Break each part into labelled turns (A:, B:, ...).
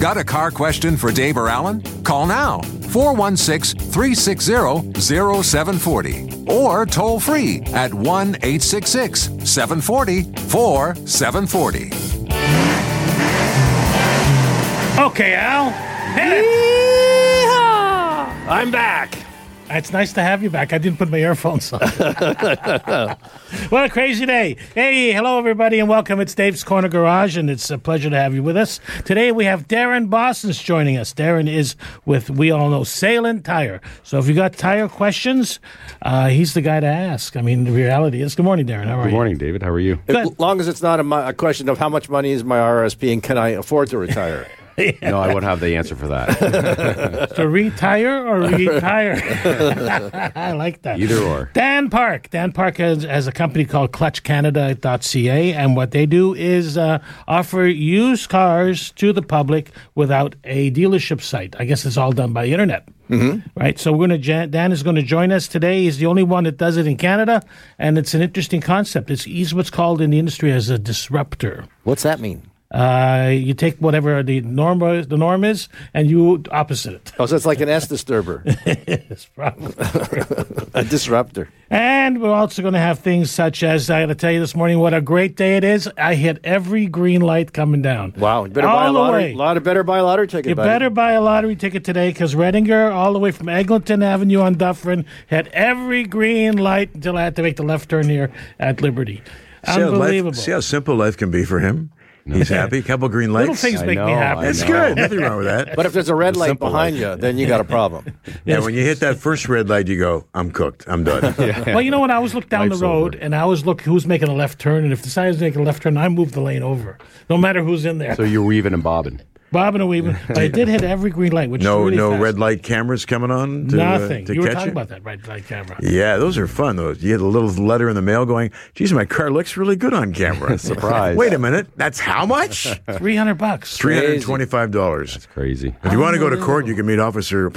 A: Got a car question for Dave or Alan? Call now 416 360 0740 or toll free at 1 866 740 4740.
B: Okay, Al. Hit it.
C: I'm back.
B: Ah, It's nice to have you back. I didn't put my earphones on. what a crazy day. Hey, hello, everybody, and welcome. It's Dave's Corner Garage, and it's a pleasure to have you with us. Today, we have Darren Boston's joining us. Darren is with, we all know, Salem Tire. So if you got tire questions, uh, he's the guy to ask. I mean, the reality is, good morning, Darren. How are
D: Good morning, David. How are you?
B: Good.
E: As long as it's not a, mo- a question of how much money is my RSP and can I afford to retire.
D: No, I won't have the answer for that.
B: you? To retire or retire? I like that.
D: Either or.
B: Dan Park. Dan Park has, has a company called ClutchCanada.ca, and what they do is uh, offer used cars to the public without a dealership site. I guess it's all done by internet. Mm-hmm. Right, so we're gonna. Ja- Dan is going to join us today. He's the only one that does it in Canada, and it's an interesting concept. It's he's what's called in the industry as a disruptor.
E: What's that mean?
B: Uh, you take whatever the norm the norm is, and you opposite it.
E: Oh, so it's like an S disturber,
B: It's probably.
E: a disruptor.
B: And we're also going to have things such as I got to tell you this morning what a great day it is. I hit every green light coming down.
E: Wow, you better
B: all
E: buy a
B: the
E: lottery.
B: way.
E: Lot of better buy a lottery ticket.
B: you
E: buddy.
B: better buy a lottery ticket today because Redinger, all the way from Eglinton Avenue on Dufferin, had every green light until I had to make the left turn here at Liberty.
F: See how life-
B: Unbelievable.
F: See how simple life can be for him. He's happy. Couple green lights.
B: Little things
D: I
B: make me
D: know,
B: happy.
D: I
F: It's
D: know.
F: good. Nothing wrong with that.
E: But if there's a red light
D: simple
E: behind
D: life.
E: you, then you got a problem.
F: yeah, when you hit that first red light, you go, "I'm cooked. I'm done."
B: Well, you know what? I always look down the
D: Life's
B: road
D: over.
B: and I always look who's making a left turn. And if the sign is making a left turn, I move the lane over, no matter who's in there.
D: So you're weaving and bobbing.
B: Bobbing and weaving. But I did hit every green light, which
F: No,
B: is really
F: no
B: fast.
F: red light cameras coming on. To, uh,
B: Nothing.
F: to
B: you were
F: catch
B: talking
F: you?
B: about that right light camera.
F: Yeah, those are fun. Those you had a little letter in the mail going, "Geez, my car looks really good on camera."
D: Surprise.
F: Wait a minute. That's how much?
B: Three hundred bucks.
F: Three hundred twenty-five dollars.
D: Crazy.
F: If you want to go to court, you can meet officer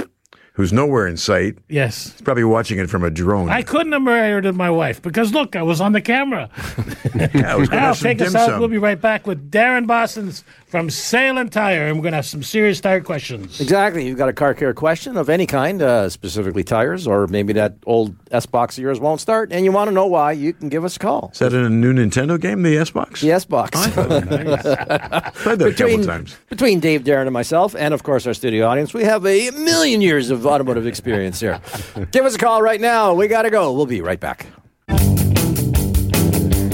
F: who's nowhere in sight.
B: Yes.
F: He's probably watching it from a drone.
B: I couldn't have murdered my wife because look, I was on the camera.
F: yeah, I was gonna
B: Al,
F: have some
B: take us
F: dim
B: out.
F: sum.
B: We'll be right back with Darren Boston's from Salem Tire, and we're gonna have some serious tire questions.
E: exactly. You've got a car care question of any kind, uh, specifically tires, or maybe that old S box of yours won't start, and you want to know why, you can give us a call.
F: Is that in a new Nintendo game, the S box?
E: The S box.
F: played that a couple times.
E: between Dave, Darren, and myself, and of course our studio audience, we have a million years of automotive experience here. Give us a call right now. We got to go. We'll be right back.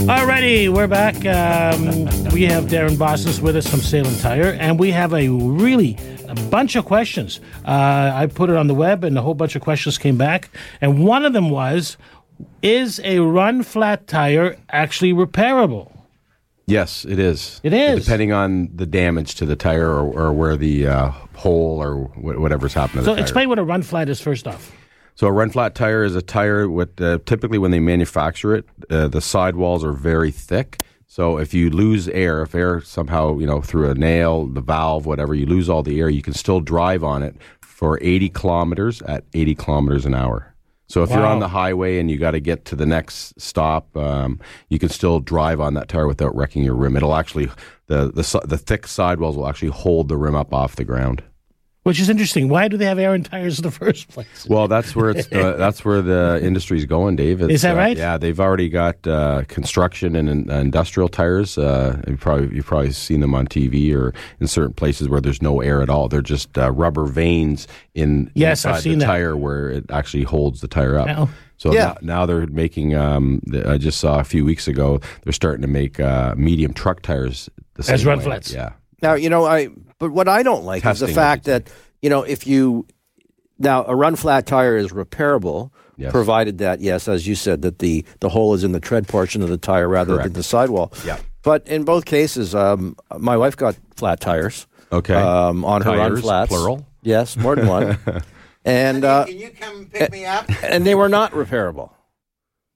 B: Alrighty, we're back. Um, we have Darren Boston's with us from Salem Tire, and we have a really a bunch of questions. Uh, I put it on the web, and a whole bunch of questions came back, and one of them was. Is a run flat tire actually repairable?
D: Yes, it is.
B: It is.
D: Depending on the damage to the tire or, or where the uh, hole or wh- whatever's happened
B: So
D: to the tire.
B: explain what a run flat is first off.
D: So a run flat tire is a tire with uh, typically when they manufacture it, uh, the sidewalls are very thick. So if you lose air, if air somehow you know through a nail, the valve, whatever, you lose all the air, you can still drive on it for 80 kilometers at 80 kilometers an hour. So if you're
B: Wow.
D: on the highway and you got to get to the next stop, um, you can still drive on that tire without wrecking your rim. It'll actually the the si- the thick sidewalls will actually hold the rim up off the ground.
B: Which is interesting. Why do they have air and tires in the first place?
D: Well, that's where it's uh, that's where the industry's going, Dave. It's,
B: Is that
D: uh,
B: right?
D: yeah, they've already got uh, construction and in, industrial tires. Uh, you probably you've probably seen them on TV or in certain places where there's no air at all. They're just uh, rubber veins in
B: Yes, I've
D: inside
B: seen
D: the
B: that.
D: tire where it actually holds the tire up.
B: Wow.
D: So
E: Yeah.
D: now, now they're making. Um, th- I just saw a few weeks ago they're starting to make uh, medium truck tires the same
B: As run
D: way.
B: flats.
D: Yeah.
E: Now you know I. But what I don't like is
D: Testing,
E: the fact that you know if you now a run flat tire is repairable,
D: Yes.
E: provided that yes, as you said, that the the hole is in the tread portion of the tire rather than the sidewall.
D: Yeah.
E: But in both cases, um, my wife got flat tires.
D: Okay.
E: um, on her run
D: Tires,
E: flats.
D: plural?
E: Yes, more than one. and uh,
C: Can you come pick me up?
E: and they were not repairable.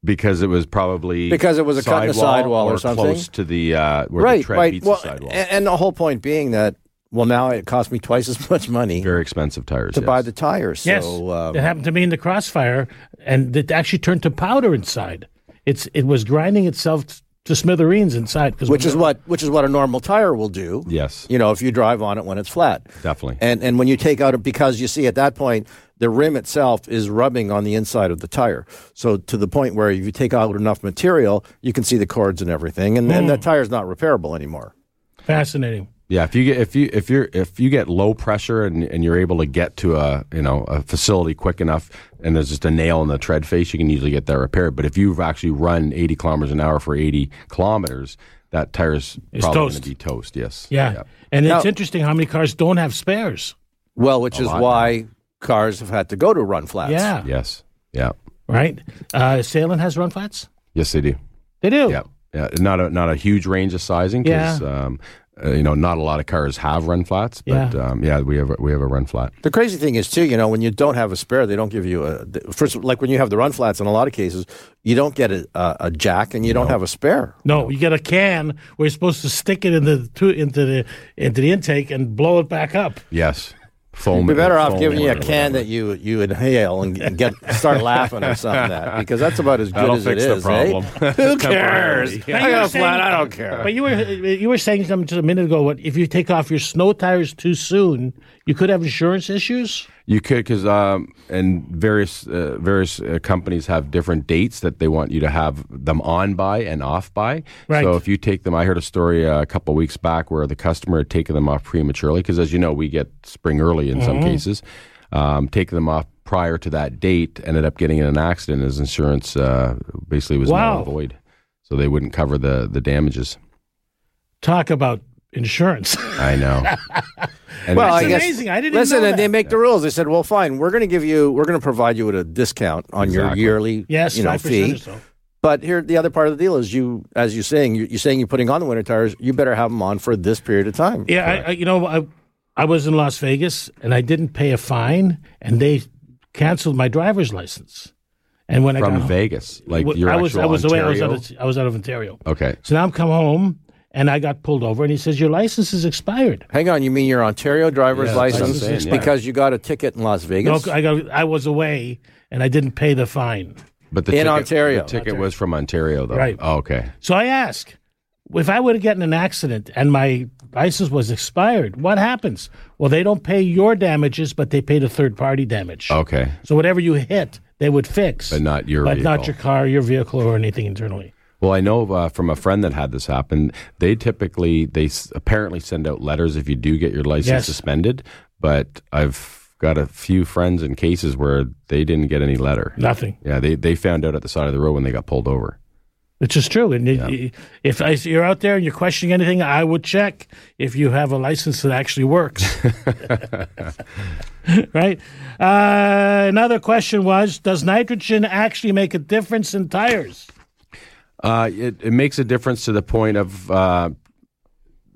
D: because it was probably
E: Because it was a cut in the sidewall or something.
D: close to the uh, where the
E: right,
D: tread
E: right.
D: meets
E: Well,
D: the sidewall.
E: a- and the whole point being that well, now it cost me twice as much money
D: Very expensive tires.
E: to
D: yes.
E: buy the tires.
B: Yes,
E: So, um,
B: it happened to me in the crossfire, and it actually turned to powder inside. It's it was grinding itself to smithereens inside. 'cause
E: which
B: when-
E: is what which is what a normal tire will do.
D: Yes.
E: you know if you drive on it when it's flat.
D: Definitely.
E: And and when you take out it because you see at that point the rim itself is rubbing on the inside of the tire. So to the point where if you take out enough material, you can see the cords and everything, and then that tire's not repairable anymore.
B: fascinating.
D: Yeah, if you get if you if you're if you get low pressure and, and you're able to get to a you know a facility quick enough and there's just a nail in the tread face, you can usually get that repaired. But if you've actually run 80 kilometers an hour for 80 kilometers, that tire's
B: It's
D: probably going
B: toast.
D: to be toast. Yes.
B: Yeah, and it's
E: Now-
B: interesting how many cars don't have spares.
E: Well, which is why cars have had to go to run flats.
B: yeah,
D: Yes. Yeah.
B: right. Uh, Salem has run flats.
D: Yes, they do.
B: They do.
D: Yeah. Yeah. Not a not a huge range of sizing because
B: Yeah.
D: um, uh, you know not a lot of cars have run flats. But
B: Yeah.
D: um, yeah, we have a, we have a run flat.
E: The crazy thing is too, you know, when you don't have a spare, they don't give you a th- first. Like when you have the run flats, in a lot of cases, you don't get a, a, a jack and you don't have a spare.
B: No, you get a can where you're supposed to stick it into the to, into the into the intake and blow it back up.
D: Yes. Foam.
E: We're better off
D: foam
E: giving you a
D: or
E: can that you you inhale and and get start laughing or something that because that's about as good
D: That'll
E: as
D: fix
E: it
D: the
E: is.
D: problem.
E: eh? Who cares?
B: Now,
E: I
B: you
E: got
B: were
E: a flat.
B: saying-
E: I don't care.
B: But you were you were saying something just a minute ago. What if you take off your snow tires too soon? You could have insurance issues.
D: You could, because um, and various uh, various uh, companies have different dates that they want you to have them on by and off by.
B: Right.
D: So if you take them, I heard a story uh, a couple weeks back where the customer had taken them off prematurely because, as you know, we get spring early in
B: Mm-hmm.
D: some cases. Um, taking them off prior to that date, ended up getting in an accident. His insurance uh, basically was null
B: Wow.
D: and void, so they wouldn't cover the the damages.
B: Talk about insurance.
D: I know. And
E: Well, I
B: It's
E: guess,
B: amazing. I didn't even
E: listen,
B: know
E: and
B: that.
E: they make the rules. They said, "Well, fine, we're going to give you, we're going to provide you with a discount on
D: Exactly.
E: your yearly,
B: yes,
E: you know,
B: 5%
E: fee."
B: Or so.
E: But here, the other part of the deal is you, as you're saying, you- you're saying you're putting on the winter tires. You better have them on for this period of time.
B: Yeah, I, I, you know, I I was in Las Vegas and I didn't pay a fine, and they canceled my driver's license. And when I
D: from
B: got
D: Vegas, like
B: home,
D: your
B: I was
D: actual
B: I was away. I was out
D: Ontario.
B: of, I was out of Ontario.
D: Okay.
B: So now I'm come home and I got pulled over, and he says your license is expired.
E: Hang on, you mean your Ontario driver's
D: Yeah, that's what I'm
E: license
D: saying, yeah.
E: because you got a ticket in Las
B: No,
E: Vegas?
B: I got I was away and I didn't pay the fine.
D: But the
E: In
D: ticket,
E: Ontario.
D: the ticket was from Ontario, though.
B: Right.
D: Oh, okay.
B: So I ask, if I would have gotten an accident and my license was expired, what happens? Well, they don't pay your damages, but they pay the third party damage.
D: Okay.
B: So whatever you hit, they would fix,
D: But not your
B: but not
D: vehicle.
B: your car, your vehicle, or anything internally.
D: Well, I know uh, from a friend that had this happen. They typically, they s- apparently send out letters if you do get your license
B: Yes.
D: suspended. But I've got a few friends and cases where they didn't get any letter.
B: Nothing.
D: Yeah, they they found out at the side of the road when they got pulled over.
B: Which is true. And it- if I, you're out there and you're questioning anything, I would check if you have a license that actually works. right? Uh, another question was Does nitrogen actually make a difference in tires?
D: Uh, it, it makes a difference to the point of uh,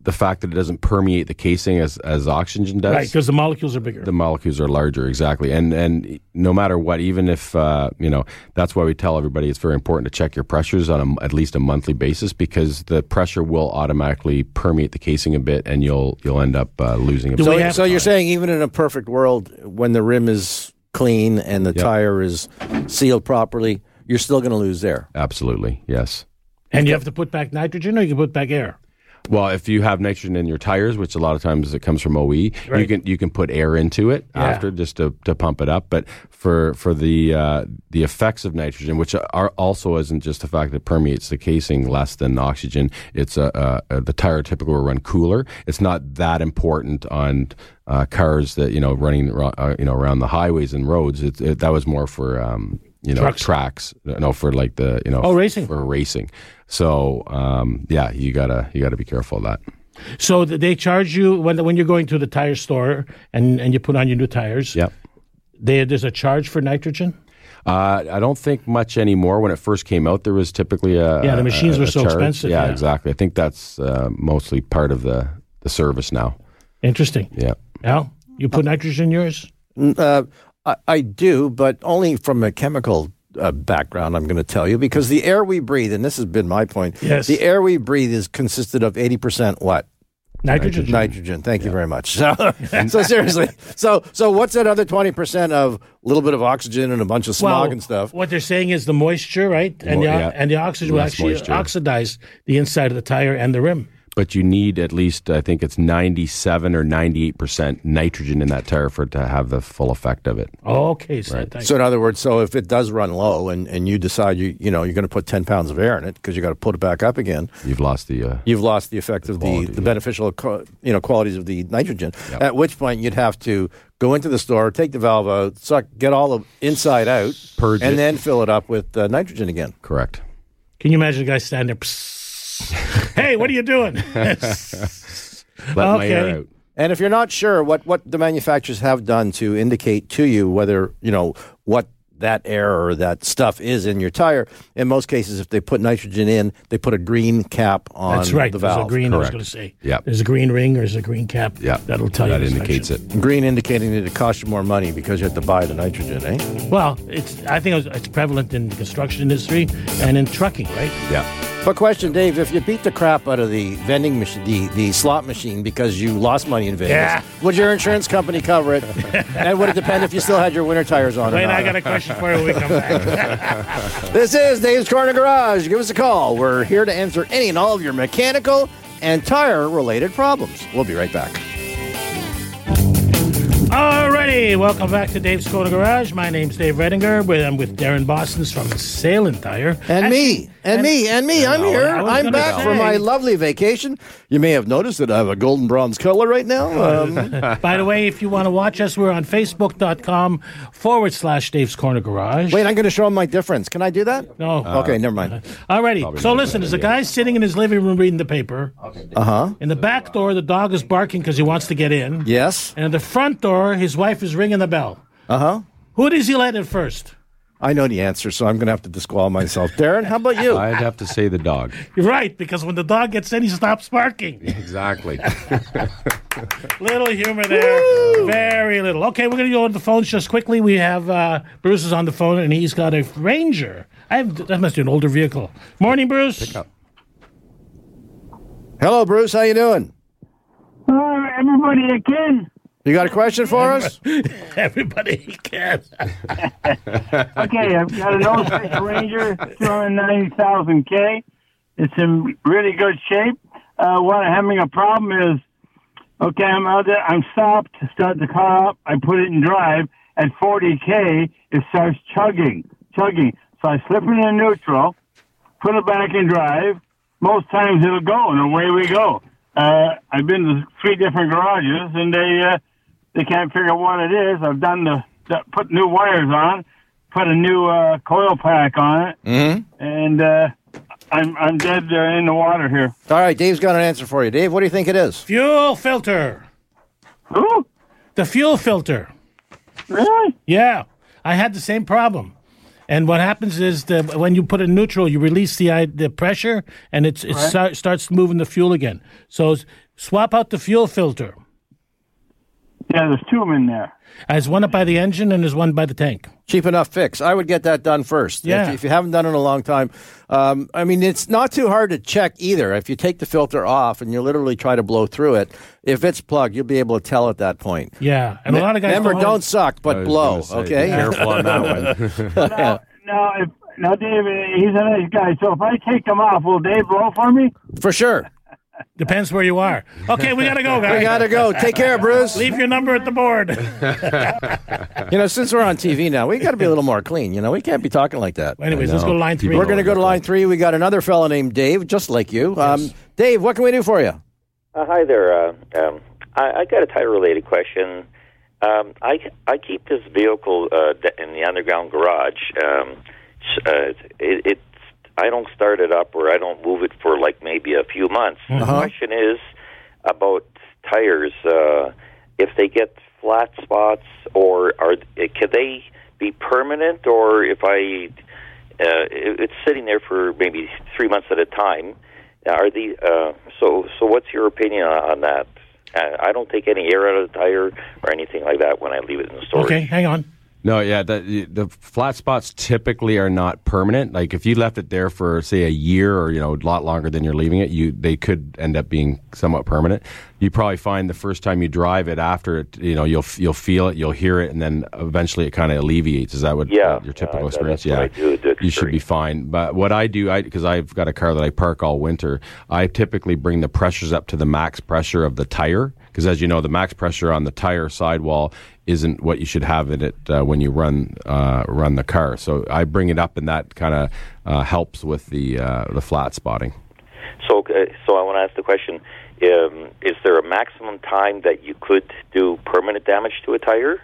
D: the fact that it doesn't permeate the casing as, as oxygen does.
B: Right, because the molecules are bigger.
D: the molecules are larger exactly and and no matter what even if uh, you know that's why we tell everybody it's very important to check your pressures on a, at least a monthly basis because the pressure will automatically permeate the casing a bit and you'll you'll end up uh, losing a
B: Do we
E: So,
B: have-
E: so you're saying even in a perfect world, when the rim is clean and the tire is sealed properly, you're still going to lose air.
D: absolutely yes
B: and you have to put back nitrogen or you can put back air?
D: well if you have nitrogen in your tires which a lot of times it comes from oe you
B: Right.
D: can you can put air into it
B: Yeah.
D: after just to, to pump it up but for for the uh, the effects of nitrogen which are also isn't just the fact that it permeates the casing less than oxygen it's a, a, a the tire typically will run cooler it's not that important on uh, cars that you know running ro- uh, you know around the highways and roads it, it, that was more for um, you know
B: Trucks.
D: tracks no for like the you know
B: Oh, racing.
D: for racing so um, yeah you gotta you gotta be careful of that
B: So th- they charge you when, when you're going to the tire store and, and you put on your new tires.
D: yep
B: They, there's a charge for nitrogen?
D: Uh, I don't think much anymore. When it first came out, there was typically a
B: Yeah, the
D: a-
B: machines
D: a-
B: were
D: a
B: so
D: charge.
B: expensive,
D: Yeah,
B: yeah.
D: exactly. I think that's uh, mostly part of the the service now.
B: Interesting.
D: Yeah.
B: Al, you put nitrogen in yours?
E: Uh, I, I do, but only from a chemical uh, background, I'm going to tell you, because the air we breathe, and this has been my point,
B: Yes.
E: the air we breathe is consisted of 80% what?
B: Nitrogen.
E: Nitrogen. Thank you very much. So, so seriously, so so what's that other twenty percent of a little bit of oxygen and a bunch of smog and stuff?
B: What they're saying is the moisture, right? And
D: Mo-
B: the,
D: yeah.
B: and the oxygen will
D: Less
B: actually
D: moisture.
B: oxidize the inside of the tire and the rim.
D: But you need at least, I think it's 97 or 98% nitrogen in that tire for it to have the full effect of it.
B: Oh, Okay, so thank
E: So in other words, so if it does run low and, and you decide you you know you're going to put ten pounds of air in it because you got to put it back up again,
D: You've lost the. Uh,
E: you've lost the effect of the
D: quality,
E: the
D: yeah.
E: beneficial co- you know qualities of the nitrogen. At which point you'd have to go into the store, take the valve out, suck, get all of inside out,
D: Purge
E: and
D: it.
E: then fill it up with uh, nitrogen again.
D: correct.
B: Can you imagine a guy standing there? "Psst. hey, what are you doing?
D: Let my air
B: Okay.
D: out.
E: And if you're not sure what, what the manufacturers have done to indicate to you whether, you know, what that air or that stuff is in your tire, in most cases, if they put nitrogen in, they put a green cap on
B: That's right.
E: the
B: there's
E: valve.
B: a green. I was
D: Correct.
B: going to say.
D: Yep.
B: There's a green ring or there's a green cap.
D: Yeah.
B: That'll tell
D: that
B: you. the
D: indicates
B: section.
D: it.
E: Green indicating that it cost you more money because you had to buy the nitrogen, eh?
B: Well, it's. I think it was, it's prevalent in the construction industry and in trucking, right?
D: Yeah.
E: But question, Dave, if you beat the crap out of the vending machine, the, the slot machine because you lost money in Vegas,
B: Yeah.
E: would your insurance company cover it? and would it depend if you still had your winter tires on or
B: Wayne,
E: not?
B: I got a question for you when we come back.
E: This is Dave's Corner Garage. Give us a call. We're here to answer any and all of your mechanical and tire related problems. We'll be right back.
B: Alrighty, welcome back to Dave's Corner Garage. My name's Dave Redinger. With, I'm with Darren Boston's from Salem Tire.
E: And me, and, me, and me. I'm here.
B: I was
E: I'm
B: gonna
E: back
B: say.
E: from my lovely vacation. You may have noticed that I have a golden bronze color right now. Um,
B: By the way, if you want to watch us, we're on Facebook.com forward slash Dave's Corner Garage.
E: wait, I'm going to show him my difference. Can I do that? Uh,
B: No.
E: okay, never mind.
B: Alrighty. So
D: not a
B: listen,
D: good
B: there's a
D: idea.
B: guy sitting in his living room reading the paper.
E: Uh-huh.
B: Uh huh. In the back door, the dog is barking because he wants to get in.
E: Yes,
B: And at the front door, his wife is ringing the bell. Uh
E: Uh-huh.
B: huh. Who does he let in first?
E: I know the answer, so I'm going to have to disqualify myself. Darren, how about you?
D: I'd have to say the dog.
B: You're right, because when the dog gets in, he stops barking.
D: Exactly.
B: little humor there. Very little. Okay, we're going to go on the phones just quickly. We have uh, Bruce is on the phone, and he's got a Ranger. I have, that must be an older vehicle. Morning, Bruce.
E: Hello, Bruce. How you doing?
C: Oh, everybody again.
E: You got a question for us?
B: Everybody he can.
C: Okay, I've got an 06 Ranger, 290,000 K. It's in really good shape. Uh, what I'm having a problem is, okay, I'm out there, I'm stopped, start the car up, I put it in drive. At 40 K, it starts chugging, chugging. So I slip it in neutral, put it back in drive. Most times it'll go, and away we go. Uh, I've been to three different garages, and they uh, they can't figure out what it is. I've done the, the put new wires on, put a new uh, coil pack on it,
E: Mm.
C: and uh, I'm I'm dead uh, in the water here.
E: All right, Dave's got an answer for you. Dave, what do you think it is?
B: Fuel filter.
C: Ooh,
B: The fuel filter.
C: really?
B: Yeah, I had the same problem. And what happens is that when you put it in neutral, you release the uh, the pressure, and it's, it start, starts moving the fuel again. So s- swap out the fuel filter.
C: Yeah, there's two of 'em in there.
B: There's one up by the engine, and there's one by the tank.
E: cheap enough fix. I would get that done first. If-
B: Yeah.
E: If, you haven't done it in a long time, um, I mean, it's not too hard to check either. If you take the filter off and you literally try to blow through it, if it's plugged, you'll be able to tell at that point.
B: Yeah, and a lot of guys
E: Remember,
B: don't,
E: don't suck,
D: I
E: but
D: was
E: blow.
D: gonna say,
E: Okay.
D: Be careful on that one.
C: Now, now if now Dave, uh, he's a nice guy. So if I take him off, will Dave blow for me?
E: For sure.
B: Depends where you are. Okay, we gotta go, guys.
E: We gotta go. Take care, Bruce.
B: Leave your number at the board.
E: You know, since we're on TV now, we gotta be a little more clean. You know, we can't be talking like that.
B: Anyways, let's go to line three.
E: We're gonna go to line three. We got another fellow named Dave, just like you. Um, Dave, what can we do for you?
G: Uh, hi there. Uh, um, I, I got a tire-related question. Um, I I keep this vehicle uh, d- in the underground garage. Um, s- uh, it, it's I don't start it up or I don't move it for like maybe a few months. The question is about tires. Uh, if they get flat spots, or are eh, can they be permanent? Or if I uh, it- it's sitting there for maybe three months at a time. Are the uh, so so? What's your opinion on on that? Uh, I don't take any air out of the tire or anything like that when I leave it in the storage.
B: Okay, hang on.
D: No, yeah, the, the flat spots typically are not permanent. Like if you left it there for say a year or you know a lot longer than you're leaving it, you they could end up being somewhat permanent. You probably find the first time you drive it after it, you know you'll you'll feel it, you'll hear it, and then eventually it kind of alleviates. Is that what
G: Yeah,
D: uh, your typical
G: yeah, that-
D: experience?
G: that's what I do, the
D: you should be
G: experience.
D: fine. But what I do, I because I've got a car that I park all winter, I typically bring the pressures up to the max pressure of the tire. Because as you know, the max pressure on the tire sidewall isn't what you should have in it uh, when you run uh, run the car. So I bring it up, and that kind of uh, helps with the uh, the flat spotting.
G: So, uh, so I want to ask the question: um, Is there a maximum time that you could do permanent damage to a tire?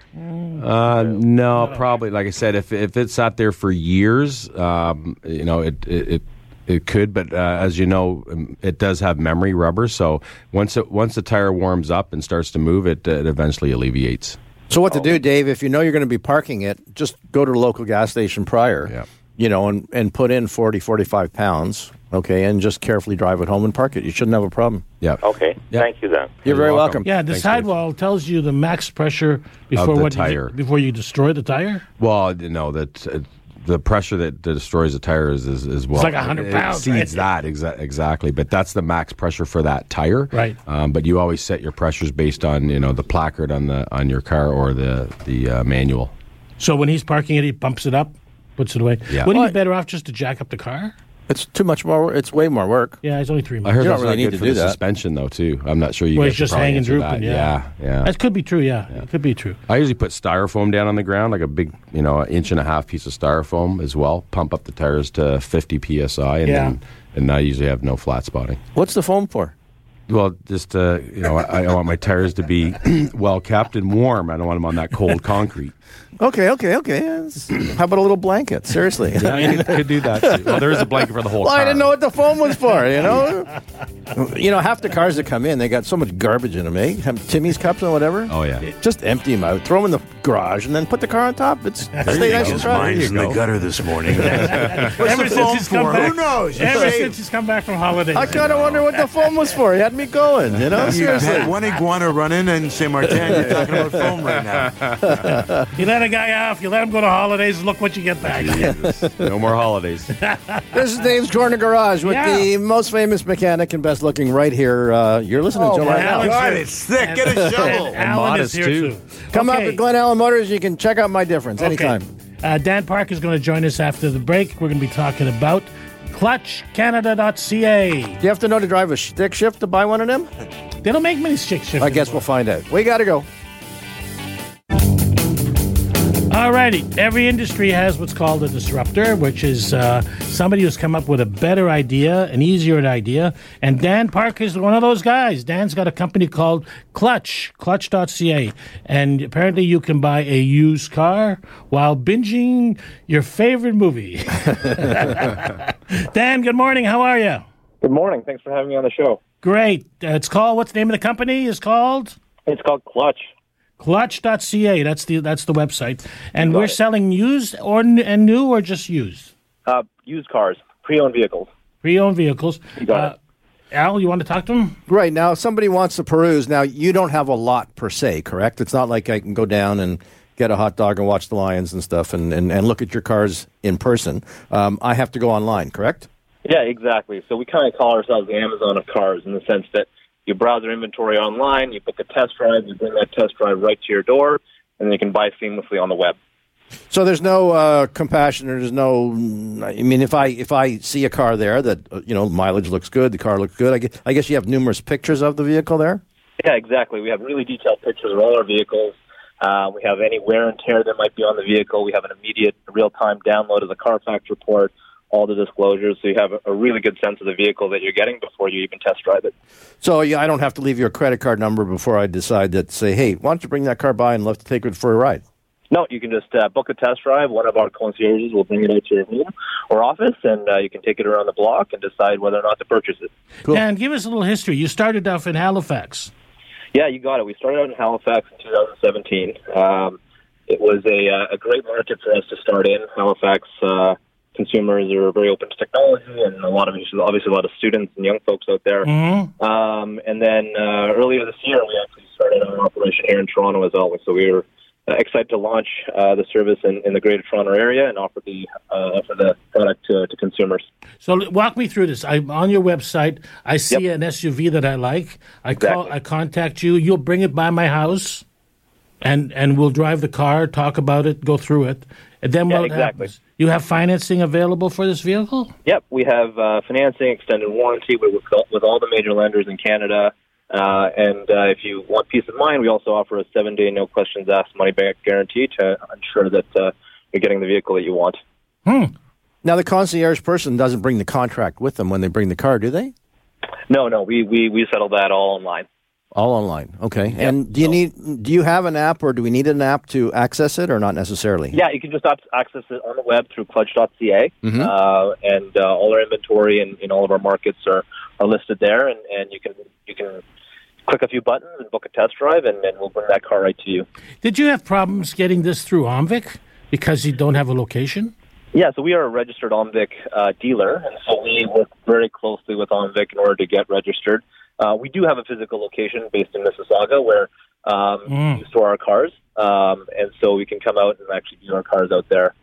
D: Uh, no, probably. Like I said, if if it sat there for years, um, you know, it it. it it could, but uh, as you know, um, it does have memory rubber. So once it, once the tire warms up and starts to move, it, it eventually alleviates.
E: So
D: Oh.
E: what to do, Dave? If you know you're going to be parking it, just go to a local gas station prior.
D: Yep.
E: You know, and, and put in 40, 45 pounds. Okay, and just carefully drive it home and park it. You shouldn't have a problem.
D: Yeah.
G: Okay,
D: Yeah.
G: thank you then.
E: You're, very welcome.
B: Yeah, the
D: Thanks, Dave.
B: sidewall tells you the max pressure before
D: the
B: what you-
D: tire.
B: before you destroy the tire.
D: Well, you know that uh, the pressure that destroys the tire is is, is well,
B: like 100
D: it
B: pounds,
D: Exceeds
B: right?
D: that exa- exactly, but that's the max pressure for that tire.
B: Right.
D: Um, but you always set your pressures based on you know the placard on the on your car or the the uh, manual.
B: So when he's parking it, he pumps it up, puts it away.
D: Yeah.
B: Wouldn't it
E: Well,
B: be better off just to jack up the car?
E: It's too much more. It's way more work.
B: Yeah, it's only three
D: I
B: miles.
D: heard
E: You don't
D: that's
E: really
D: not
E: need
D: good
E: to
D: for
E: do
D: the
E: that.
D: suspension though too. I'm not sure you.
B: Well,
D: guys
B: it's
D: could
B: just
D: probably
B: hanging
D: answer
B: drooping.
D: that.
B: Yeah.
D: yeah, yeah.
B: That could be true. Yeah, it could be true.
D: I usually put styrofoam down on the ground, like a big, you know, an inch and a half piece of styrofoam as well. Pump up the tires to 50 psi, and
B: Yeah.
D: then and I usually have no flat spotting.
E: What's the foam for?
D: Well, just uh, you know, I, I want my tires to be well kept and warm. I don't want them on that cold concrete.
E: Okay, okay, okay. Yeah, it's- How about a little blanket? Seriously.
D: Yeah, you could, could do that. Too. Well, there is a blanket for the whole.
E: Well, I
D: car.
E: didn't know what the foam was for, you know? you know, half the cars that come in, they got so much garbage in them, eh? Have Timmy's cups and whatever.
D: Oh, yeah.
E: Just empty them out, throw them in the garage, and then put the car on top. It's stay nice and
F: His
E: dry.
F: mind's in the gutter this morning. What's
B: Ever
F: the
B: since
F: phone
B: he's come
F: for?
B: back-
F: Who knows? You
B: Ever
F: saved-
B: since he's come back from holiday,
E: I kind of wonder what the foam was for. He had me going, you know?
F: You
E: Seriously.
F: had one iguana running and Saint Martin. You're talking about foam right now.
B: you let a guy off, you let him go to holidays. Look what you get back.
D: No more holidays.
E: This is Dave's Corner Garage with
B: Yeah.
E: the most famous mechanic and best looking right here. Uh, you're listening
B: Oh,
E: to him right now.
B: Alex
F: God,
B: is-
F: it's thick. Get a shovel.
B: And Alan is
D: modest,
B: here
D: too.
B: too.
E: Come
B: Okay.
E: up at Glen Allen Motors. You can check out my difference
B: Okay.
E: anytime.
B: Uh, Dan Park is going to join us after the break. We're going to be talking about clutchcanada.ca.
E: Do you have to know to drive a stick shift to buy one of them?
B: They don't make many stick shifts.
E: I guess we'll find out. We got to go.
B: Alrighty, every industry has what's called a disruptor, which is uh, somebody who's come up with a better idea, an easier idea. And Dan Parker is one of those guys. Dan's got a company called Clutch, clutch.ca. And apparently you can buy a used car while binging your favorite movie. Dan, good morning. How are you?
H: Good morning. Thanks for having me on the show.
B: Great. Uh, it's called, what's the name of the company? It's called?
H: It's called Clutch.
B: Clutch.ca. That's the, that's the website. And we're selling used or n- and new or just used?
H: Uh, used cars, pre-owned vehicles.
B: pre-owned vehicles.
H: got
B: Uh, Al, you want to talk to him?
E: Right now, if somebody wants to peruse, now you don't have a lot per se, correct? It's not like I can go down and get a hot dog and watch the Lions and stuff and, and, and look at your cars in person. Um, I have to go online, correct?
H: Yeah, exactly. So we kind of call ourselves the Amazon of cars in the sense that you browse their inventory online, you book a test drive, you bring that test drive right to your door, and then you can buy seamlessly on the web.
E: So there's no uh, compassion. Or there's no. I mean, if I if I see a car there that uh, you know mileage looks good, the car looks good. I guess, I guess you have numerous pictures of the vehicle there.
H: Yeah, exactly. We have really detailed pictures of all our vehicles. Uh, we have any wear and tear that might be on the vehicle. We have an immediate real-time download of the Carfax report, all the disclosures. So you have a- a really good sense of the vehicle that you're getting before you even test drive it.
E: So yeah, I don't have to leave your credit card number before I decide that. Say, hey, why don't you bring that car by and let's take it for a ride.
H: No, you can just uh, book a test drive. One of our concierges will bring it out to your home or office, and uh, you can take it around the block and decide whether or not to purchase it.
E: Cool.
B: Dan, give us a little history. You started off in Halifax.
H: Yeah, you got it. We started out in Halifax in 2017. Um, it was a, uh, a great market for us to start in. Halifax uh, consumers are very open to technology, and a lot of obviously a lot of students and young folks out there.
B: Mm-hmm.
H: Um, and then uh, earlier this year, we actually started our operation here in Toronto as always. So we were uh, excited to launch uh, the service in, in the Greater Toronto area and offer the uh, offer the product to, to consumers.
B: So l- walk me through this. I'm on your website. I see an SUV that I like. I call.
H: Exactly.
B: I contact you. You'll bring it by my house, and and we'll drive the car, talk about it, go through it, and then
H: Yeah,
B: what
H: exactly.
B: happens? You have financing available for this vehicle.
H: Yep, we have uh, financing, extended warranty with, with all- with all the major lenders in Canada. Uh, and uh, if you want peace of mind, we also offer a seven-day, no questions asked money back guarantee to ensure that uh, you're getting the vehicle that you want.
E: Now, the concierge person doesn't bring the contract with them when they bring the car, do they?
H: No, no, we we, we settle that all online.
E: All online. Okay. and do you need? Do you have an app, or do we need an app to access it, or not necessarily?
H: Yeah, you can just ac- access it on the web through clutch.ca, uh, and uh, all our inventory and in all of our markets are, are listed there, and, and you can you can click a few buttons and book a test drive, and, and we'll bring that car right to you.
B: Did you have problems getting this through Omvik because you don't have a location?
H: Yeah, so we are a registered OMVIC uh, dealer, and so we work very closely with OMVIC in order to get registered. Uh, we do have a physical location based in Mississauga where um, we store our cars, um, and so we can come out and actually view our cars out there.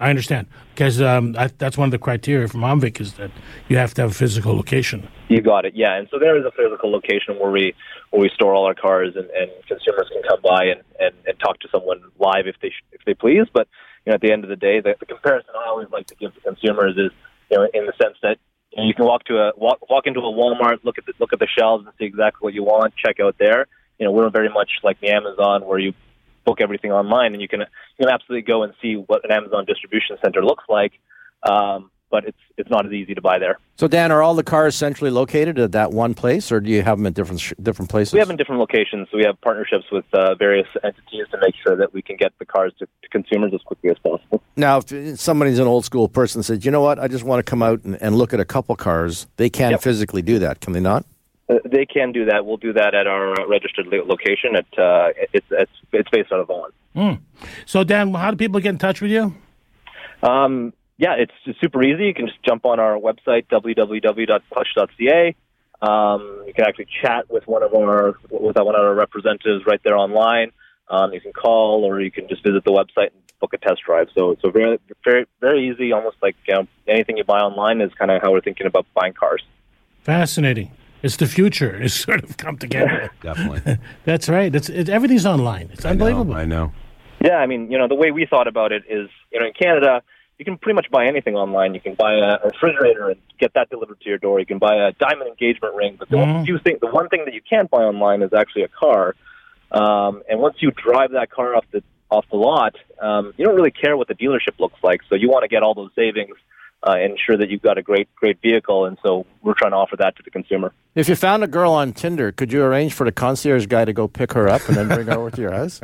B: I understand because um, I, that's one of the criteria from Omvik is that you have to have a physical location.
H: You got it, yeah. And so there is a physical location where we where we store all our cars, and, and consumers can come by and, and, and talk to someone live if they sh- if they please. But you know, at the end of the day, the, the comparison I always like to give to consumers is you know in the sense that you, know, you can walk to a walk walk into a Walmart, look at the, look at the shelves and see exactly what you want, check out there. You know, we're very much like the Amazon where you book everything online, and you can you can absolutely go and see what an Amazon distribution center looks like. Um, but it's it's not as easy to buy there.
E: So, Dan, are all the cars centrally located at that one place, or do you have them at different sh- different places?
H: We have in different locations. So we have partnerships with uh, various entities to make sure that we can get the cars to, to consumers as quickly as possible.
E: Now, if somebody's an old school person and says, you know what, I just want to come out and, and look at a couple cars, they can
H: Yep.
E: physically do that, can they not?
H: Uh, they can do that. We'll do that at our uh, registered lo- location. At uh, it's it's it's based out of Vaughan.
B: Hmm. So Dan, how do people get in touch with you?
H: Um, yeah, it's just super easy. You can just jump on our website www.clutch.ca. Um, you can actually chat with one of our with one of our representatives right there online. Um, you can call or you can just visit the website and book a test drive. So so very very very easy. Almost like you know, anything you buy online is kind of how we're thinking about buying cars.
B: Fascinating. It's the future. It's sort of come together.
D: Definitely.
B: That's right. It's it, everything's online. It's unbelievable.
D: I know.
H: Yeah, I mean, you know, the way we thought about it is, you know, in Canada, you can pretty much buy anything online. You can buy a refrigerator and get that delivered to your door. You can buy a diamond engagement ring, but the one few thing, the one thing that you can't buy online is actually a car. Um, and once you drive that car off the off the lot, um, you don't really care what the dealership looks like. So you want to get all those savings uh, and ensure that you've got a great great vehicle. And so we're trying to offer that to the consumer.
E: If you found a girl on Tinder, could you arrange for the concierge guy to go pick her up and then bring her over to your house?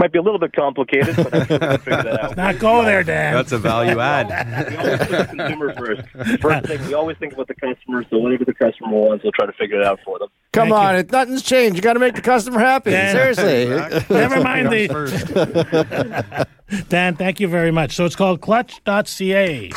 H: Might be a little bit complicated, but I'm sure we'll figure that out.
B: Not go there, Dan.
D: That's a value add.
H: we always put the consumer first. First thing, we always think about the customer. So whatever the customer wants, we'll try to figure it out for them.
E: Come
B: Thank
E: on, it, nothing's changed. You got to make the customer happy.
B: Dan.
E: Seriously.
B: Never mind the
D: First.
B: Dan. Thank you very much. So it's called Clutch.ca.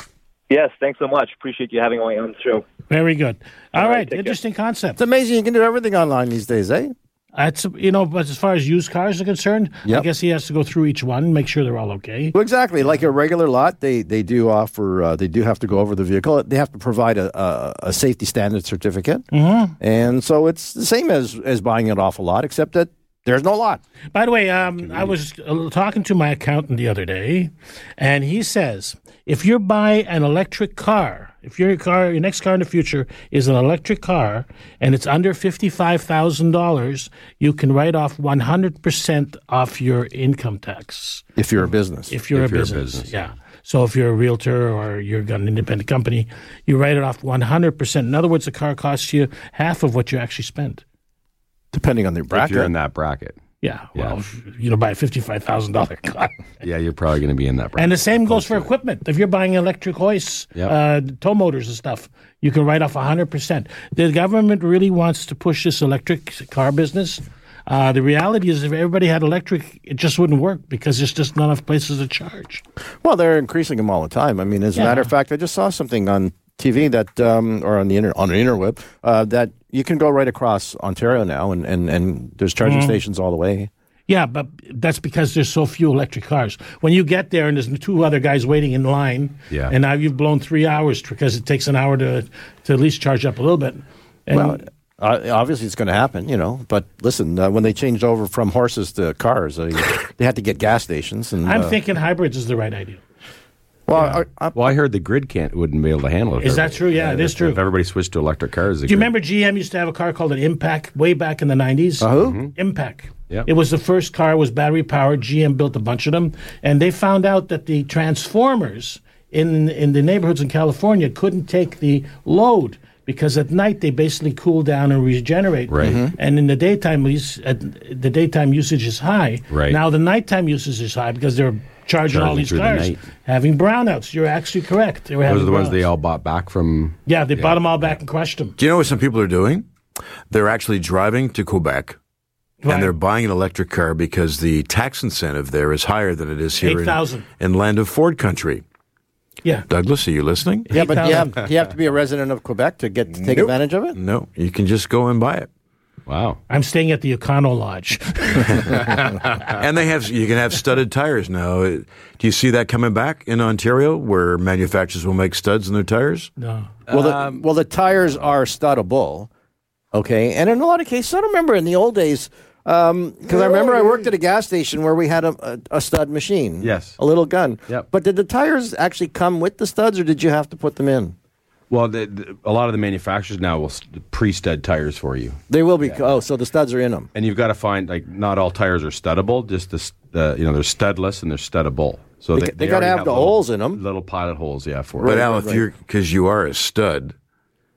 H: Yes, thanks so much. Appreciate you having me on the show.
B: Very good. All
H: right,
B: right.
H: take care.
B: Interesting
E: It's
B: concept.
E: amazing you can do everything online these days, eh?
B: That's you know, but as far as used cars are concerned, I
E: Yep.
B: guess he has to go through each one, make sure they're all okay.
E: Well, exactly. Like a regular lot, they, they do offer, uh, they do have to go over the vehicle. They have to provide a, a, a safety standard certificate. Mm-hmm. And so it's the same as, as buying it off a lot, except that there's no lot.
B: By the way, um, I was uh, talking to my accountant the other day, and he says if you buy an electric car, if your car, your next car in the future is an electric car, and it's under fifty-five thousand dollars, you can write off one hundred percent off your income tax
E: If you're a business.
B: if you're,
D: If
B: a,
D: you're a
B: business.
D: business.
B: Yeah. So if you're a realtor or you've got an independent company, you write it off one hundred percent. In other words, the car costs you half of what you actually spent.
E: depending on their
D: If
E: bracket.
D: you're in that bracket.
B: Yeah.
D: Yeah.
B: Well, if you know, buy a fifty-five thousand dollar car.
D: Yeah, you're probably going to be in that bracket.
B: And the same goes for equipment. If you're buying electric hoists,
D: Yep.
B: uh, tow motors and stuff, you can write off 100%. The government really wants to push this electric car business. Uh, the reality is, if everybody had electric, it just wouldn't work because there's just not enough places to charge.
E: Well, they're increasing them all the time. I mean, as a matter of fact, I just saw something on TV that, um, or on the inter- on the interweb, uh, that you can go right across Ontario now, and and, and there's charging
B: Mm-hmm.
E: stations all the way.
B: Yeah, but that's because there's so few electric cars. When you get there and there's two other guys waiting in line,
D: Yeah.
B: and now you've blown three hours because it takes an hour to to at least charge up a little bit. And
E: Well, uh, obviously it's going to happen, you know. But listen, uh, when they changed over from horses to cars, uh, they had to get gas stations. And
B: I'm
E: uh,
B: thinking hybrids is the right idea.
E: well, I, I,
D: Well, I heard the grid can't wouldn't be able to handle it.
B: Is that true? Yeah, it is true.
D: If everybody switched to electric cars,
B: Do you remember GM used to have a car called an Impact way back in the 90s?
D: Uh-huh.
B: Uh,
E: who?
B: Impact.
D: Yep.
B: It was the first car it was battery powered. GM built a bunch of them, and they found out that the transformers in in the neighborhoods in California couldn't take the load because at night they basically cool down and regenerate. Mm-hmm.
D: Right. Mhm.
B: And in the daytime, use- at the daytime usage is high.
D: Right.
B: Now the nighttime usage is high because they're charging, all
D: Charging
B: these
D: through the
B: cars,
D: night.
B: having brownouts. You're actually correct. They were
D: Those
B: having
D: are the ones they
B: brownouts.
D: all bought back from.
B: Yeah, they bought them all back and crushed them.
F: Do you know what some people are doing? They're actually driving to Quebec
B: Right.
F: and they're buying an electric car because the tax incentive there is higher than it is here in,
B: 8,000.
F: in land of Ford country.
B: Yeah.
F: Douglas, are you listening?
E: yeah, but you
B: 8,000.
E: have, you have to be a resident of Quebec to get to take
F: Nope.
E: advantage of it.
F: No, you can just go and buy it.
D: Wow.
B: I'm staying at the Econo Lodge.
F: And they have you can have studded tires now. It- Do you see that coming back in Ontario where manufacturers will make studs in their tires?
B: no.
E: Well, the, well, the tires are studdable, okay, and in a lot of cases, I don't remember in the old days because I remember I worked at a gas station where we had a, a, a stud machine,
D: Yes.
E: a little gun.
D: Yep.
E: But did the tires actually come with the studs, or did you have to put them in?
D: Well, the, the, a lot of the manufacturers now will st- pre-stud tires for you,
E: They will be. Oh, so the studs are in them.
D: and you've got to find like not all tires are studdable. Just the s- the you know they're studless and they're studdable. So
E: They
D: they,
E: ca- they gotta
D: already
E: have the
D: little-
E: holes in 'em.
D: little pilot holes. Yeah, for
F: But
D: it.
F: Al, if you're because you are a stud,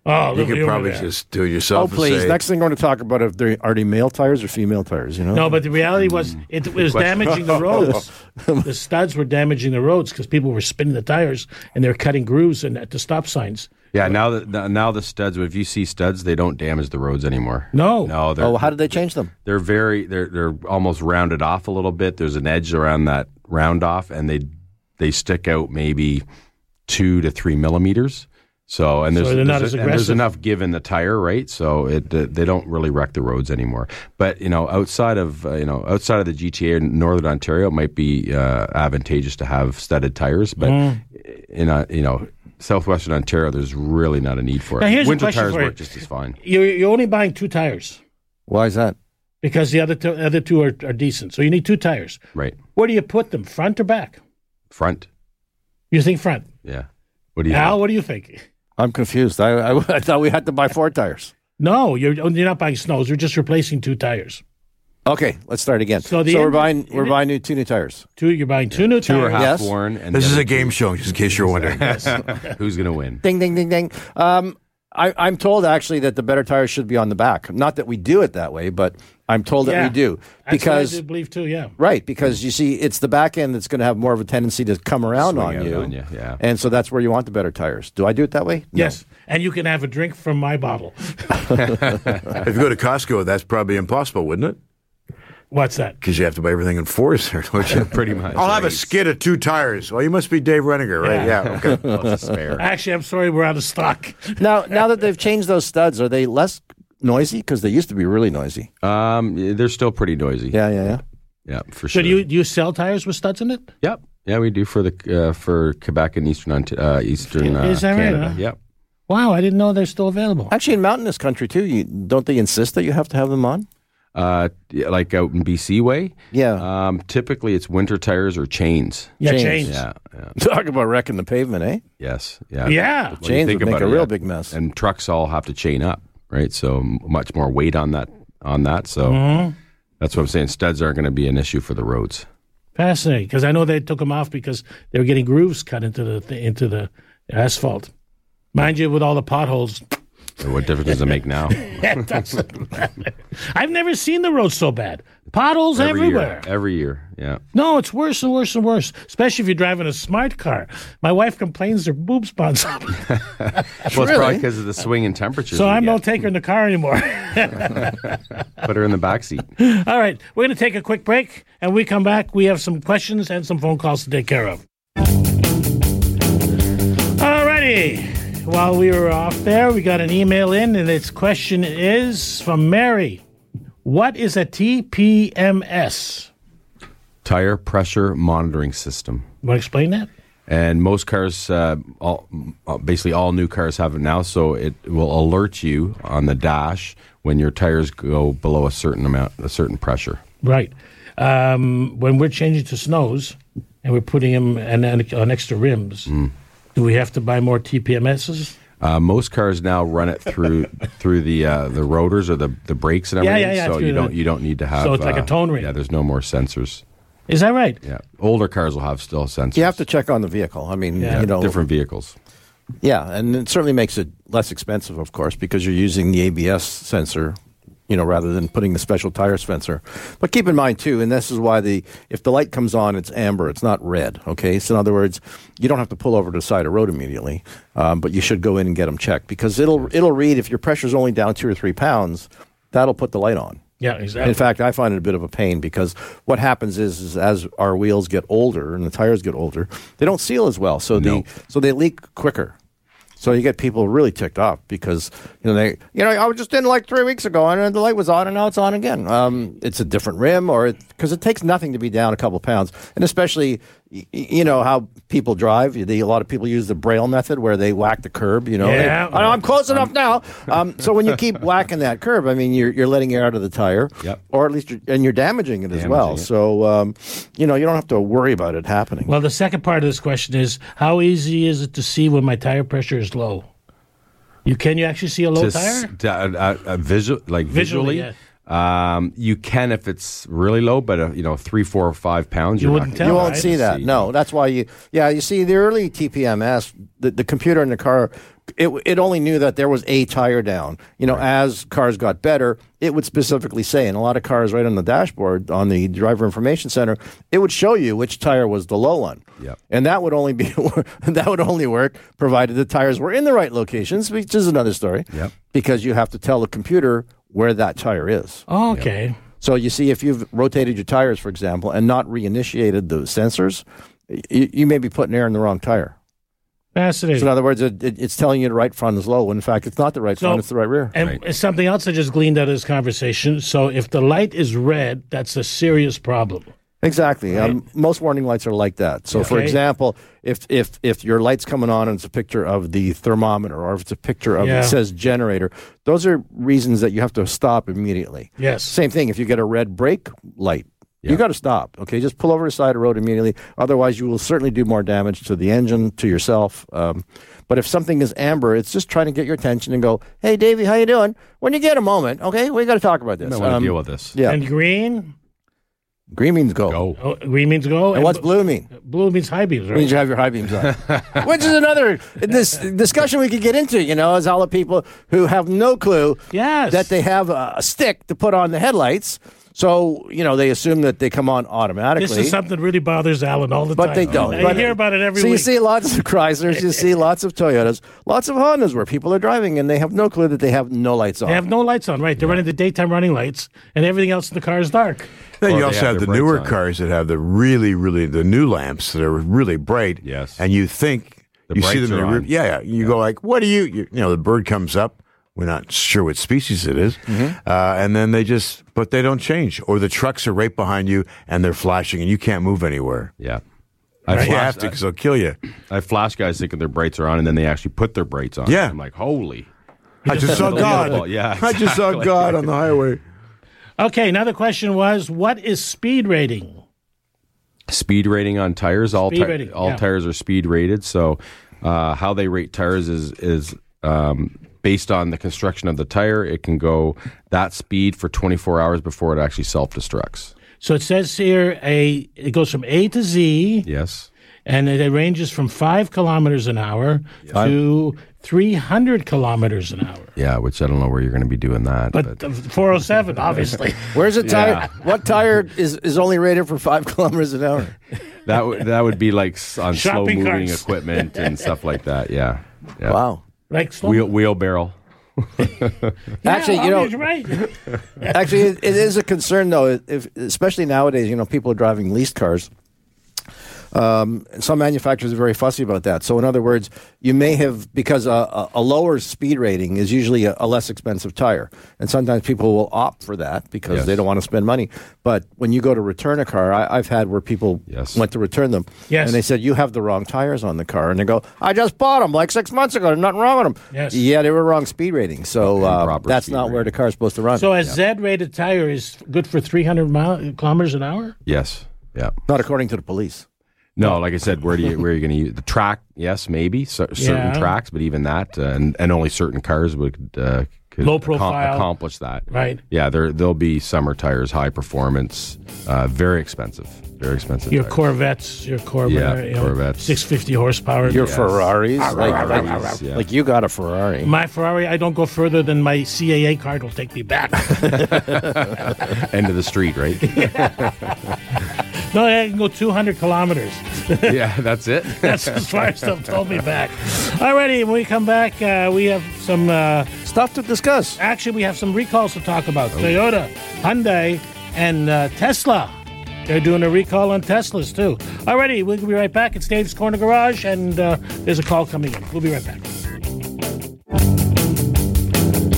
B: Oh,
F: you
B: look,
F: could
B: were
F: probably
B: there.
F: just do it
E: Oh,
F: yourself. and
E: please.
F: say-
E: Next thing we're going to talk about if they are they male tires or female tires. You know.
B: No, but the reality
D: Hmm.
B: was it was damaging the roads. the studs were damaging the roads because people were spinning the tires and they were cutting grooves and at the stop signs.
D: yeah, now the now the studs. If you see studs, they don't damage the roads anymore.
B: No.
D: no, they're
E: Oh, how did they change them?
D: they're very they're they're almost rounded off a little bit. There's an edge around that round off, and they they stick out maybe two to three millimeters. So and there's
B: they're not as
D: there's, and there's
B: aggressive.
D: enough give in the tire, right? So it they- they don't really wreck the roads anymore. But you know, outside of uh, you know outside of the GTA in Northern Ontario, it might be uh, advantageous to have studded tires.
B: Hmm.
D: But uh, in a you know southwestern Ontario, there's really not a need for
B: Now,
D: it.
B: here's a
D: Winter
B: question
D: tires
B: for you.
D: work just as fine.
B: You're, you're only buying two tires
E: Why is that?
B: because the other two, other two are, are decent. So you need two tires.
D: Right,
B: Where do you put them? Front or back?
D: front.
B: You think front?
D: Yeah. What do you?
B: Al,
D: think?
B: what do you think?
E: I'm confused. I, I, I thought we had to buy four tires.
B: No, you're you're not buying snows. You're just replacing two tires.
E: Okay, let's start again. So,
B: So the
E: we're
B: end-
E: buying we're buying new two new tires.
B: Two. You're buying two new
D: Two
B: tires.
D: are half
E: Yes.
D: worn, and
F: This
D: the
F: is
D: other
F: a game show, just in case you're wondering.
D: Who's going to win?
E: Ding ding ding ding. Um, I, I'm told actually that the better tires should be on the back. Not that we do it that way, but I'm told that
B: Yeah.
E: we do
B: That's what I
E: because
B: do believe too. Yeah.
E: right because you see it's the back end that's going to have more of a tendency to come around
D: Swing
E: on
D: out
E: you,
D: on you, yeah.
E: And so that's where you want the better tires. Do I do it that way? No.
B: Yes, and you can have a drink from my bottle.
F: if you go to Costco, that's probably impossible, wouldn't it?
B: What's that?
F: Because you have to buy everything in fours there, don't you?
D: Pretty much.
F: I'll have a skid of two tires. Well, you must be Dave Renninger, right?
B: Yeah.
F: Yeah, okay.
D: Plus a spare.
B: Actually, I'm sorry, we're out of stock.
E: Now now that they've changed those studs, are they less noisy? Because they used to be really noisy.
D: Um, yeah, they're still pretty noisy.
E: Yeah, yeah, yeah.
D: yeah, for
B: So
D: sure.
B: do you do you sell tires with studs in it?
D: Yep. Yeah, we do for the uh, for Quebec and Eastern Ont- uh, Eastern uh,
B: Is that right,
D: Canada.
B: huh?
D: Yep.
B: Wow, I didn't know they're still available.
E: Actually, in mountainous country too, you don't they insist that you have to have them on?
D: Uh, yeah, like out in BC way.
E: Yeah.
D: Um, typically it's winter tires or chains.
B: yeah,
E: chains.
B: chains.
D: Yeah. yeah.
E: Talk about wrecking the pavement, eh?
D: Yes. Yeah.
B: Yeah.
D: When you
E: Chains
D: think
E: would make
D: about
E: a
D: it,
E: real
D: yeah.
E: big mess.
D: And trucks all have to chain up, right? So m- much more weight on that on that. So
B: Mm-hmm.
D: that's what I'm saying. Studs aren't going to be an issue for the roads.
B: Fascinating, because I know they took them off because they were getting grooves cut into the into the asphalt. Mind you, with all the potholes,
D: And what difference does it make now?
B: That doesn't matter. I've never seen the road so bad. Potholes
D: Every
B: everywhere.
D: year. Every year. Yeah.
B: No, it's worse and worse and worse, especially if you're driving a smart car. My wife complains her boobs bounce up,
D: Well, it's probably because of the swinging temperatures.
B: so
D: we
B: I
D: get.
B: don't take her in the car anymore.
D: Put her in the back seat.
B: All right, we're going to take a quick break, and we come back. We have some questions and some phone calls to take care of. All righty. While we were off there, we got an email in, and its question is from Mary. What is a TPMS?
D: Tire pressure monitoring system.
B: Want to explain that?
D: and most cars, uh, all, uh, basically all new cars have it now. So it will alert you on the dash when your tires go below a certain amount, a certain pressure.
B: Right. Um, when we're changing to snows and we're putting them an, an, on extra rims,
E: Mm.
B: do we have to buy more TPMSs?
D: Uh, most cars now run it through through the uh, the rotors or the, the brakes and
B: Yeah, yeah,
D: everything.
B: yeah,
D: so
B: through
D: you
B: the-
D: don't you don't need to have.
B: it's like a
D: uh,
B: tone ring.
D: Yeah, there's no more sensors.
B: Is that right?
D: Yeah, older cars will have still sensors.
E: You have to check on the vehicle. I mean,
B: Yeah.
E: you know,
D: different vehicles.
E: Yeah, and it certainly makes it less expensive, of course, because you're using the ABS sensor, you know, rather than putting the special tire sensor. But keep in mind too, and this is why the if the light comes on, it's amber, it's not red. Okay, so in other words, you don't have to pull over to the side of the road immediately, um, but you should go in and get them checked because it'll it'll read if your pressure's only down two or three pounds, that'll put the light on.
B: Yeah, exactly.
E: In fact, I find it a bit of a pain because what happens is, is as our wheels get older and the tires get older, they don't seal as well, so
D: No.
E: the so they leak quicker. So you get people really ticked off because you know they you know I was just in like three weeks ago and the light was on and now it's on again. Um, it's a different rim or because it, takes nothing to be down a couple pounds and especially y- y- you know how people drive. They, a lot of people use the Braille method where they whack the curb. You know, Hey,
B: Yeah.
E: I know, I'm close enough now. Um, so when you keep whacking that curb, I mean you're you're letting air out of the tire,
D: Yep.
E: or at least you're, and you're damaging it as well.
D: Damaging it.
E: So um, you know you don't have to worry about it happening.
B: Well, the second part of this question is how easy is it to see when my tire pressure is low? You can you actually see a low
D: to s-
B: tire?
D: to, uh, uh, visual, like
B: Visually,
D: visually. Um, you can if it's really low, but uh, you know three, four, or five pounds.
B: You
D: you're
B: wouldn't
D: not
B: tell,
E: You
D: gonna-
E: won't
B: right?
E: see that.
D: See.
E: No, that's why you. Yeah, you see the early TPMS, the, the computer in the car, it it only knew that there was a tire down. You know, as cars got better, it would specifically say, and a lot of cars right on the dashboard on the driver information center, it would show you which tire was the low one.
D: Yep.
E: And that would only be that would only work provided the tires were in the right locations, which is another story.
D: Yep.
E: Because you have to tell the computer where that tire is.
B: Oh, okay.
E: So you see, if you've rotated your tires, for example, and not reinitiated the sensors, you, you may be putting air in the wrong tire.
B: Fascinating.
E: So in other words, it, it, it's telling you the right front is low. When in fact, it's not the right
B: So-
E: front; it's the right rear.
B: and something else I just gleaned out of this conversation. So if the light is red, that's a serious problem.
E: Exactly. Um, most warning lights are like that. So, for
B: Okay.
E: example, if if if your light's coming on and it's a picture of the thermometer, or if it's a picture of
B: Yeah.
E: it says generator, those are reasons that you have to stop immediately.
B: Yes.
E: Same thing. If you get a red brake light,
D: Yeah.
E: you got to stop. Okay, just pull over to the side of the road immediately. Otherwise, you will certainly do more damage to the engine, to yourself. Um, but if something is amber, it's just trying to get your attention and go, "Hey, Davey, how you doing?" When you get a moment, okay, we got to talk about
D: I
E: this.
D: don't want
E: Um,
D: to deal with this.
E: Yeah,
B: And green,
E: green means go.
D: Go.
B: oh, green means go.
E: And what's
B: bu-
E: blue mean?
B: Blue means high beams, right?
E: means you have your high beams on. Which is another this discussion we could get into, you know, is all the people who have no clue
B: Yes.
E: that they have a, a stick to put on the headlights. So, you know, they assume that they come on automatically.
B: This is something that really bothers Alan all the
E: but
B: time.
E: they don't.
B: I
E: But-
B: hear about it every
E: so
B: week.
E: you see lots of Chryslers, you see lots of Toyotas, lots of Hondas where people are driving and they have no clue that they have no lights on.
B: they have no lights on, right? They're running the daytime running lights, and everything else in the car is dark.
F: Then
D: Or
F: you
D: they
F: also
D: have
F: have, the
D: their brakes
F: newer
D: on.
F: cars that have the really, really the new lamps that are really bright.
D: Yes.
F: and you think
D: The
F: you see
D: brakes
F: them. in
D: are
F: the rear-
D: on.
F: Yeah, yeah. You go like, "What do you, you?" You know, the bird comes up. We're not sure what species it is.
D: Mm-hmm.
F: uh, and then they just, but they don't change. Or the trucks are right behind you and they're flashing, and you can't move anywhere.
D: Yeah. I
F: You have
D: flashed,
F: to, because they'll kill you.
D: I, I flash guys thinking their brakes are on, and then they actually put their brakes on.
F: Yeah.
D: I'm like, holy.
F: I just saw God.
D: Unbelievable. Yeah,
F: I just saw
D: exactly.
F: God on the highway.
B: Okay, another question was, what is speed rating?
D: Speed rating on tires. All
B: Speed
D: ti-
B: rating,
D: all
B: yeah.
D: tires are speed rated. So, uh, how they rate tires is is um, based on the construction of the tire. It can go that speed for 24 hours before it actually self destructs.
B: So it says here a it goes from A to Z,
D: Yes.
B: and it ranges from five kilometers an hour to 300 kilometers an hour.
D: Yeah, which I don't know where you're going to be doing that.
B: But the 407, obviously.
E: Where's the tire? What tire is, is only rated for five kilometers an hour?
D: that would that would be like s- on slow
B: Shopping
D: moving
B: carts.
D: equipment and stuff like that. Yeah, yeah.
E: Wow.
B: Like slow.
D: Wheel wheelbarrow.
E: Actually,
B: Yeah,
E: you know,
B: Ollie's right.
E: Actually, it, it is a concern though, if, especially nowadays. You know, people are driving leased cars. Um, and some manufacturers are very fussy about that. So, in other words, you may have because a, a, a lower speed rating is usually a, a less expensive tire, and sometimes people will opt for that because
D: Yes.
E: they don't want to spend money. But when you go to return a car, I, I've had where people
D: Yes.
E: went to return them,
B: Yes.
E: and they said you have the wrong tires on the car, and they go, "I just bought them like six months ago. There's nothing wrong with them."
B: Yes.
E: Yeah, they were wrong speed rating, so uh,
D: Improper
E: that's
D: speed
E: not where the
D: rating.
E: car's supposed to run.
B: So a Z-rated tire is good for 300 mile, kilometers an hour?
D: Yes. Yeah.
E: Not according to the police.
D: No, like I said, where do you where are you going to use the track? Yes, maybe cer certain
B: Yeah.
D: tracks, but even that, uh, and and only certain cars would uh, could
B: Low
D: accom-
B: profile.
D: accomplish that.
B: Right.
D: Yeah, there there'll be summer tires, high performance, uh, very expensive, very expensive.
B: Your
D: tires.
B: Corvettes, your Corvette,
D: Yeah,
B: you know,
D: Corvettes.
B: 650 horsepower.
E: Your Ferraris, like, like-
D: Ferraris, yeah.
E: like you got a Ferrari.
B: my Ferrari, I don't go further than my CAA card will take me back.
D: end of the street, right?
B: no, I can go 200 kilometers.
D: yeah, that's it.
B: That's as far as they'll told me back. Alrighty, when we come back, uh, we have some. Uh,
E: Stuff to discuss. Oh.
B: actually, we have some recalls to talk about. Toyota, Hyundai, and uh, Tesla. They're doing a recall on Teslas too. Alrighty, we'll be right back. It's Dave's Corner Garage, and uh, there's a call coming in. We'll be right back.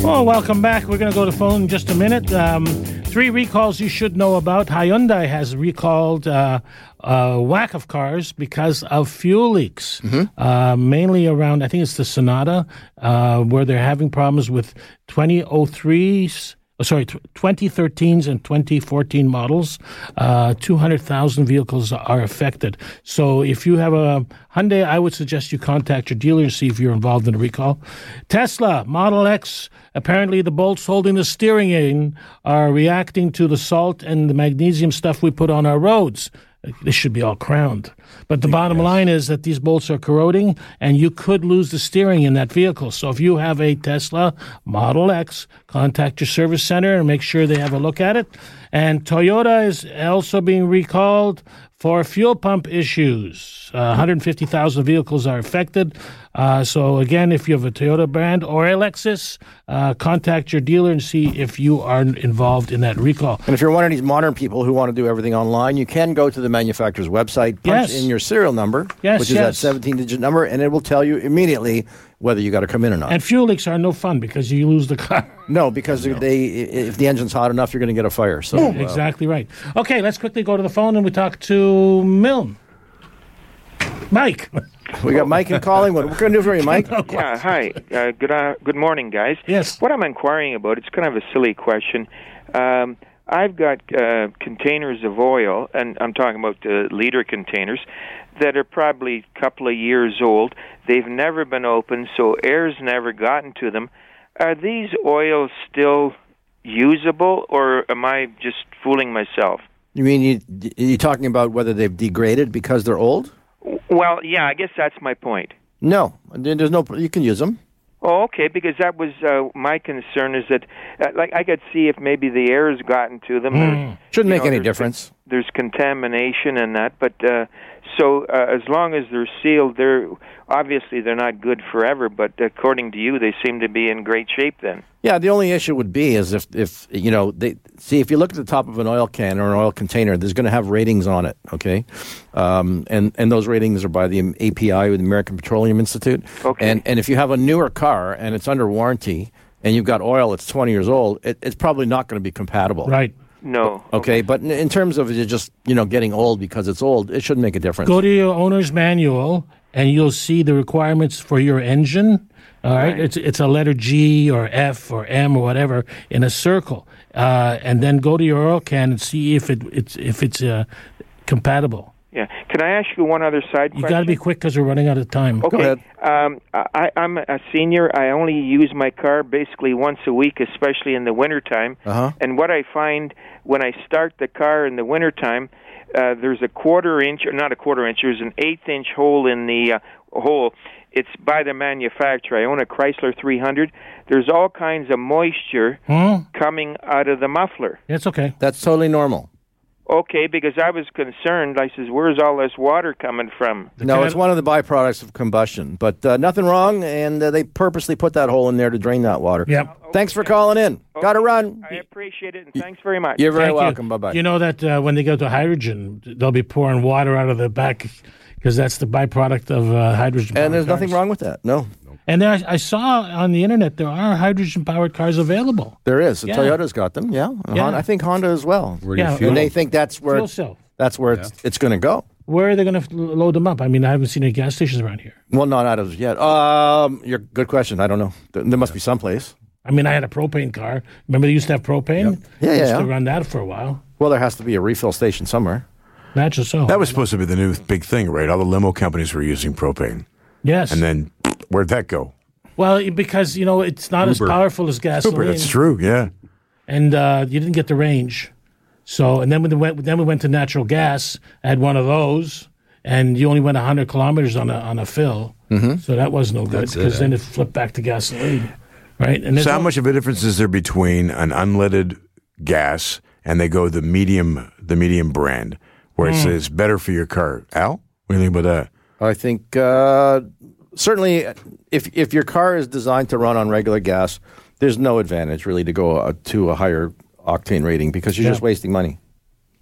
B: Oh, welcome back. We're going to go to phone in just a minute. Um, three recalls you should know about. Hyundai has recalled uh, a whack of cars because of fuel leaks, uh, mainly around, I think it's the Sonata, uh, where they're having problems with 2003s. oh, Sorry, tw- 2013s and 2014 models, uh, 200,000 vehicles are affected. So if you have a Hyundai, I would suggest you contact your dealer and see if you're involved in a recall. Tesla Model X Apparently, the bolts holding the steering in are reacting to the salt and the magnesium stuff we put on our roads. This should be all crowned. But the bottom line is that these bolts are corroding and you could lose the steering in that vehicle. So if you have a Tesla Model X, contact your service center and make sure they have a look at it. And Toyota is also being recalled for fuel pump issues. Uh, 150,000 vehicles are affected. Uh, so, again, if you have a Toyota brand or a Lexus, uh, contact your dealer and see if you are involved in that recall.
E: And if you're one of these modern people who want to do everything online, you can go to the manufacturer's website, punch
B: Yes.
E: in your serial number,
B: Yes,
E: which is
B: yes.
E: that 17 digit number, and it will tell you immediately whether you got to come in or not.
B: And fuel leaks are no fun because you lose the car.
E: no, because they i- if the engine's hot enough, you're going to get a fire. So uh,
B: exactly right. Okay, let's quickly go to the phone and we talk to Milne. Mike.
E: we got Mike in Collingwood. What can we do for you, Mike?
I: Yeah, hi. Uh, good uh, good morning, guys.
B: Oh, Yes.
I: What I'm inquiring about, it's kind of a silly question. Um, I've got uh, containers of oil, and I'm talking about uh, liter containers, that are probably a couple of years old. They've never been opened, so air's never gotten to them. Are these oils still usable, or am I just fooling myself?
E: You mean you, you're talking about whether they've degraded because they're old?
I: W- Well, yeah, I guess that's my point.
E: No, There- there's no. You can use them.
I: Oh, okay. Because that was uh, my concern is that, uh, like, I could see if maybe the air has gotten to them. There's,
E: Hmm. Shouldn't
I: you
E: make
I: know,
E: any
I: there's-
E: difference.
I: There's contamination and that, but uh, so uh, as long as they're sealed, they're obviously they're not good forever. But according to you, they seem to be in great shape then.
E: Yeah, the only issue would be is if, if you know, they see if you look at the top of an oil can or an oil container, there's going to have ratings on it, okay, um, and and those ratings are by the API, with the American Petroleum Institute,
I: Okay.
E: and and if you have a newer car and it's under warranty and you've got oil that's 20 years old, it, it's probably not going to be compatible,
B: Right.
I: No.
E: Okay, but in, in terms of it just you know getting old because it's old, it shouldn't make a difference.
B: Go to your owner's manual and you'll see the requirements for your engine. All right. It's, it's a letter G or F or M or whatever in a circle. Uh, and then go to your oil can and see if it, it's, if it's uh, compatible.
I: Yeah. Can I ask you one other side
B: You
I: question?
B: got to be quick because we're running out of time.
I: Okay. Um, I, I'm a senior. I only use my car basically once a week, especially in the wintertime. Uh-huh. And what I find when I start the car in the wintertime, uh, there's a quarter inch, or not a quarter inch, there's an eighth inch hole in the uh, hole It's by the manufacturer. I own a Chrysler 300. There's all kinds of moisture coming out of the muffler.
B: Hmm? It's okay.
E: That's totally normal.
I: Okay, because I was concerned. I says, "Where's all this water coming from?"
E: no, it's one of the byproducts of combustion, but uh, nothing wrong. And uh, they purposely put that hole in there to drain that water.
B: Yep.
E: Thanks for calling in. Got to run.
I: I appreciate it, and thanks very much.
E: You're very
B: Thank you.
E: welcome. Bye bye.
B: You know that uh, when they go to hydrogen, they'll be pouring water out of the back because that's the byproduct of uh, hydrogen.
E: and there's nothing wrong with that. No,
B: And there, I saw on the internet there are hydrogen powered cars available.
E: there is.
B: Yeah.
E: Toyota's got them. Yeah. And
B: Yeah.
E: Honda, I think Honda as well.
D: Where do you
B: Yeah,
D: feel
E: And they think that's where
B: Fuel cell.
E: that's where it's, it's going to go.
B: Where are they going to load them up? I mean, I haven't seen any gas stations around here.
E: Well, not out of yet. Um, your good question. I don't know. There, there must be someplace.
B: I mean, I had a propane car. Remember, they used to have propane.
E: Yeah, yeah,
B: Used to
E: yeah.
B: run that for a while.
E: Well, there has to be a refill station somewhere.
B: Imagine so.
F: That was supposed to be the new big thing, right? All the limo companies were using propane.
B: yes.
F: And then where'd that go?
B: well, because you know it's not as powerful as gasoline,
F: Uber, that's true, yeah.
B: and uh, you didn't get the range. So, and then we went. Then we went to natural gas. I had one of those, and you only went hundred kilometers on a on a fill. Mm-hmm. So that was no good because then it flipped back to gasoline, right? And it's
F: So how
B: all-
F: much of a difference is there between an unleaded gas and they go the medium the medium brand where
B: Hmm.
F: it says better for your car? Al, what do you think about that?
E: I think uh, certainly if if your car is designed to run on regular gas, there's no advantage really to go uh, to a higher octane rating because you're just wasting money.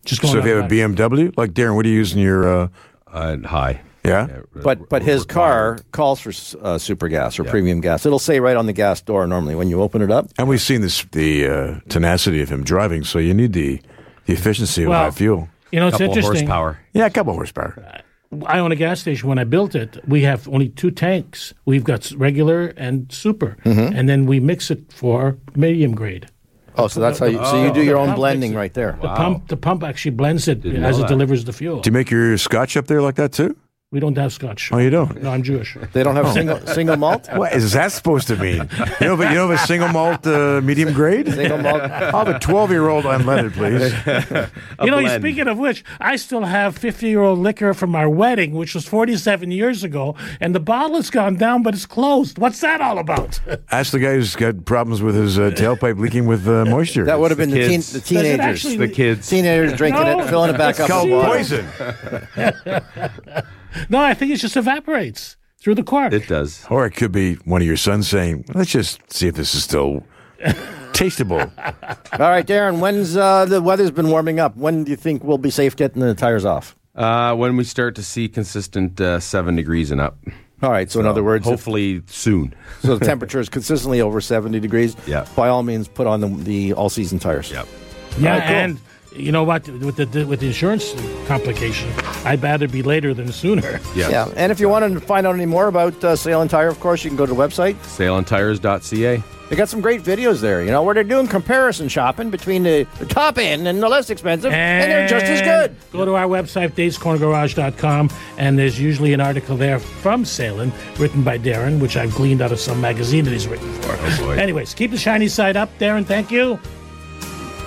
B: Just going
F: so if you have
B: up
F: a BMW, like Darren, what are you using your uh,
D: Uh, high.
F: yeah?
E: But but his car calls for s- uh, super gas or premium gas. It'll say right on the gas door normally when you open it up.
F: And we've seen this the uh, tenacity of him driving, so you need the the efficiency of
B: Well-
F: high fuel.
B: back. you know, it's
D: Couple
B: interesting. Uh,
D: horsepower.
F: Yeah, a couple horsepower.
B: I own a gas station. When I built it, we have only two tanks. We've got s- regular and super,
E: Mm-hmm.
B: and then we mix it for medium grade.
E: Oh, so that's how you so you do your own blending right there.
B: The pump, the pump actually blends it as it delivers the fuel.
F: Do you make your scotch up there like that too?
B: we don't have Scotch.
F: Oh, you don't. Oh.
B: No, I'm Jewish.
E: They don't have single single malt.
F: What is that supposed to mean? You know, but you know, of a single malt uh, medium grade.
E: Single malt.
F: I'll have a twelve-year-old unleaded, please.
B: you know, you-
D: blend.
B: speaking of which, I still have 50 year old liquor from our wedding, which was 47 years ago, and the bottle has gone down, but it's closed. What's that all about?
F: Ask the guy who's got problems with his uh, tailpipe leaking with uh, moisture.
E: That would have been the, teen,
D: kids.
E: the teenagers.
B: actually-
D: The kids.
E: Teenagers drinking
B: No.
E: it, filling it back up.
F: called
E: with water.
F: poison.
B: no, I think it just evaporates through the cork.
D: It does.
F: Or it could be one of your sons saying, "Let's just see if this is still tasteable."
E: All right, Darren. When's uh, the weather's been warming up? When do you think we'll be safe getting the tires off?
D: Uh, when we start to see consistent uh, seven degrees and up,
E: All right. Oh, So, in other words, if-
D: hopefully soon.
E: so the temperature is consistently over seventy degrees.
D: Yeah.
E: By all means, put on the, the all season tires.
D: Yep.
B: Yeah,
E: All right, cool.
B: Uh, and you know what? With the with the insurance complication, I'd rather be later than sooner.
D: Yes.
E: Yeah. And if you want to find out any more about uh, Sale and Tire, of course, you can go to the website.
D: Saleandtires.ca.
E: They got some great videos there. You know where they're doing comparison shopping between the, the top end and the less expensive, and, they're just as good.
B: Go to our website, davescornergarage.com, and there's usually an article there from Salem written by Darren, which I've gleaned out of some magazine that he's written for.
D: Oh, boy.
B: Anyways, keep the shiny side up, Darren. Thank you.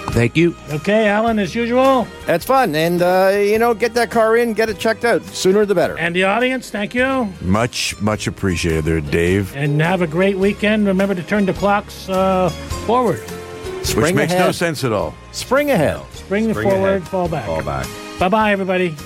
D: Thank you.
B: Okay, Alan, as usual.
E: That's fun, and uh, you know, get that car in, get it checked out sooner the better.
B: And the audience, thank you.
F: much, much appreciated, there, Dave.
B: And have a great weekend. Remember to turn the clocks uh, forward.
F: Which
E: Spring
F: makes no
E: ahead.
F: sense at all.
E: Spring ahead.
B: Bring the
D: Spring
B: forward,
D: ahead.
B: fall back.
D: Fall back.
B: Bye bye, everybody.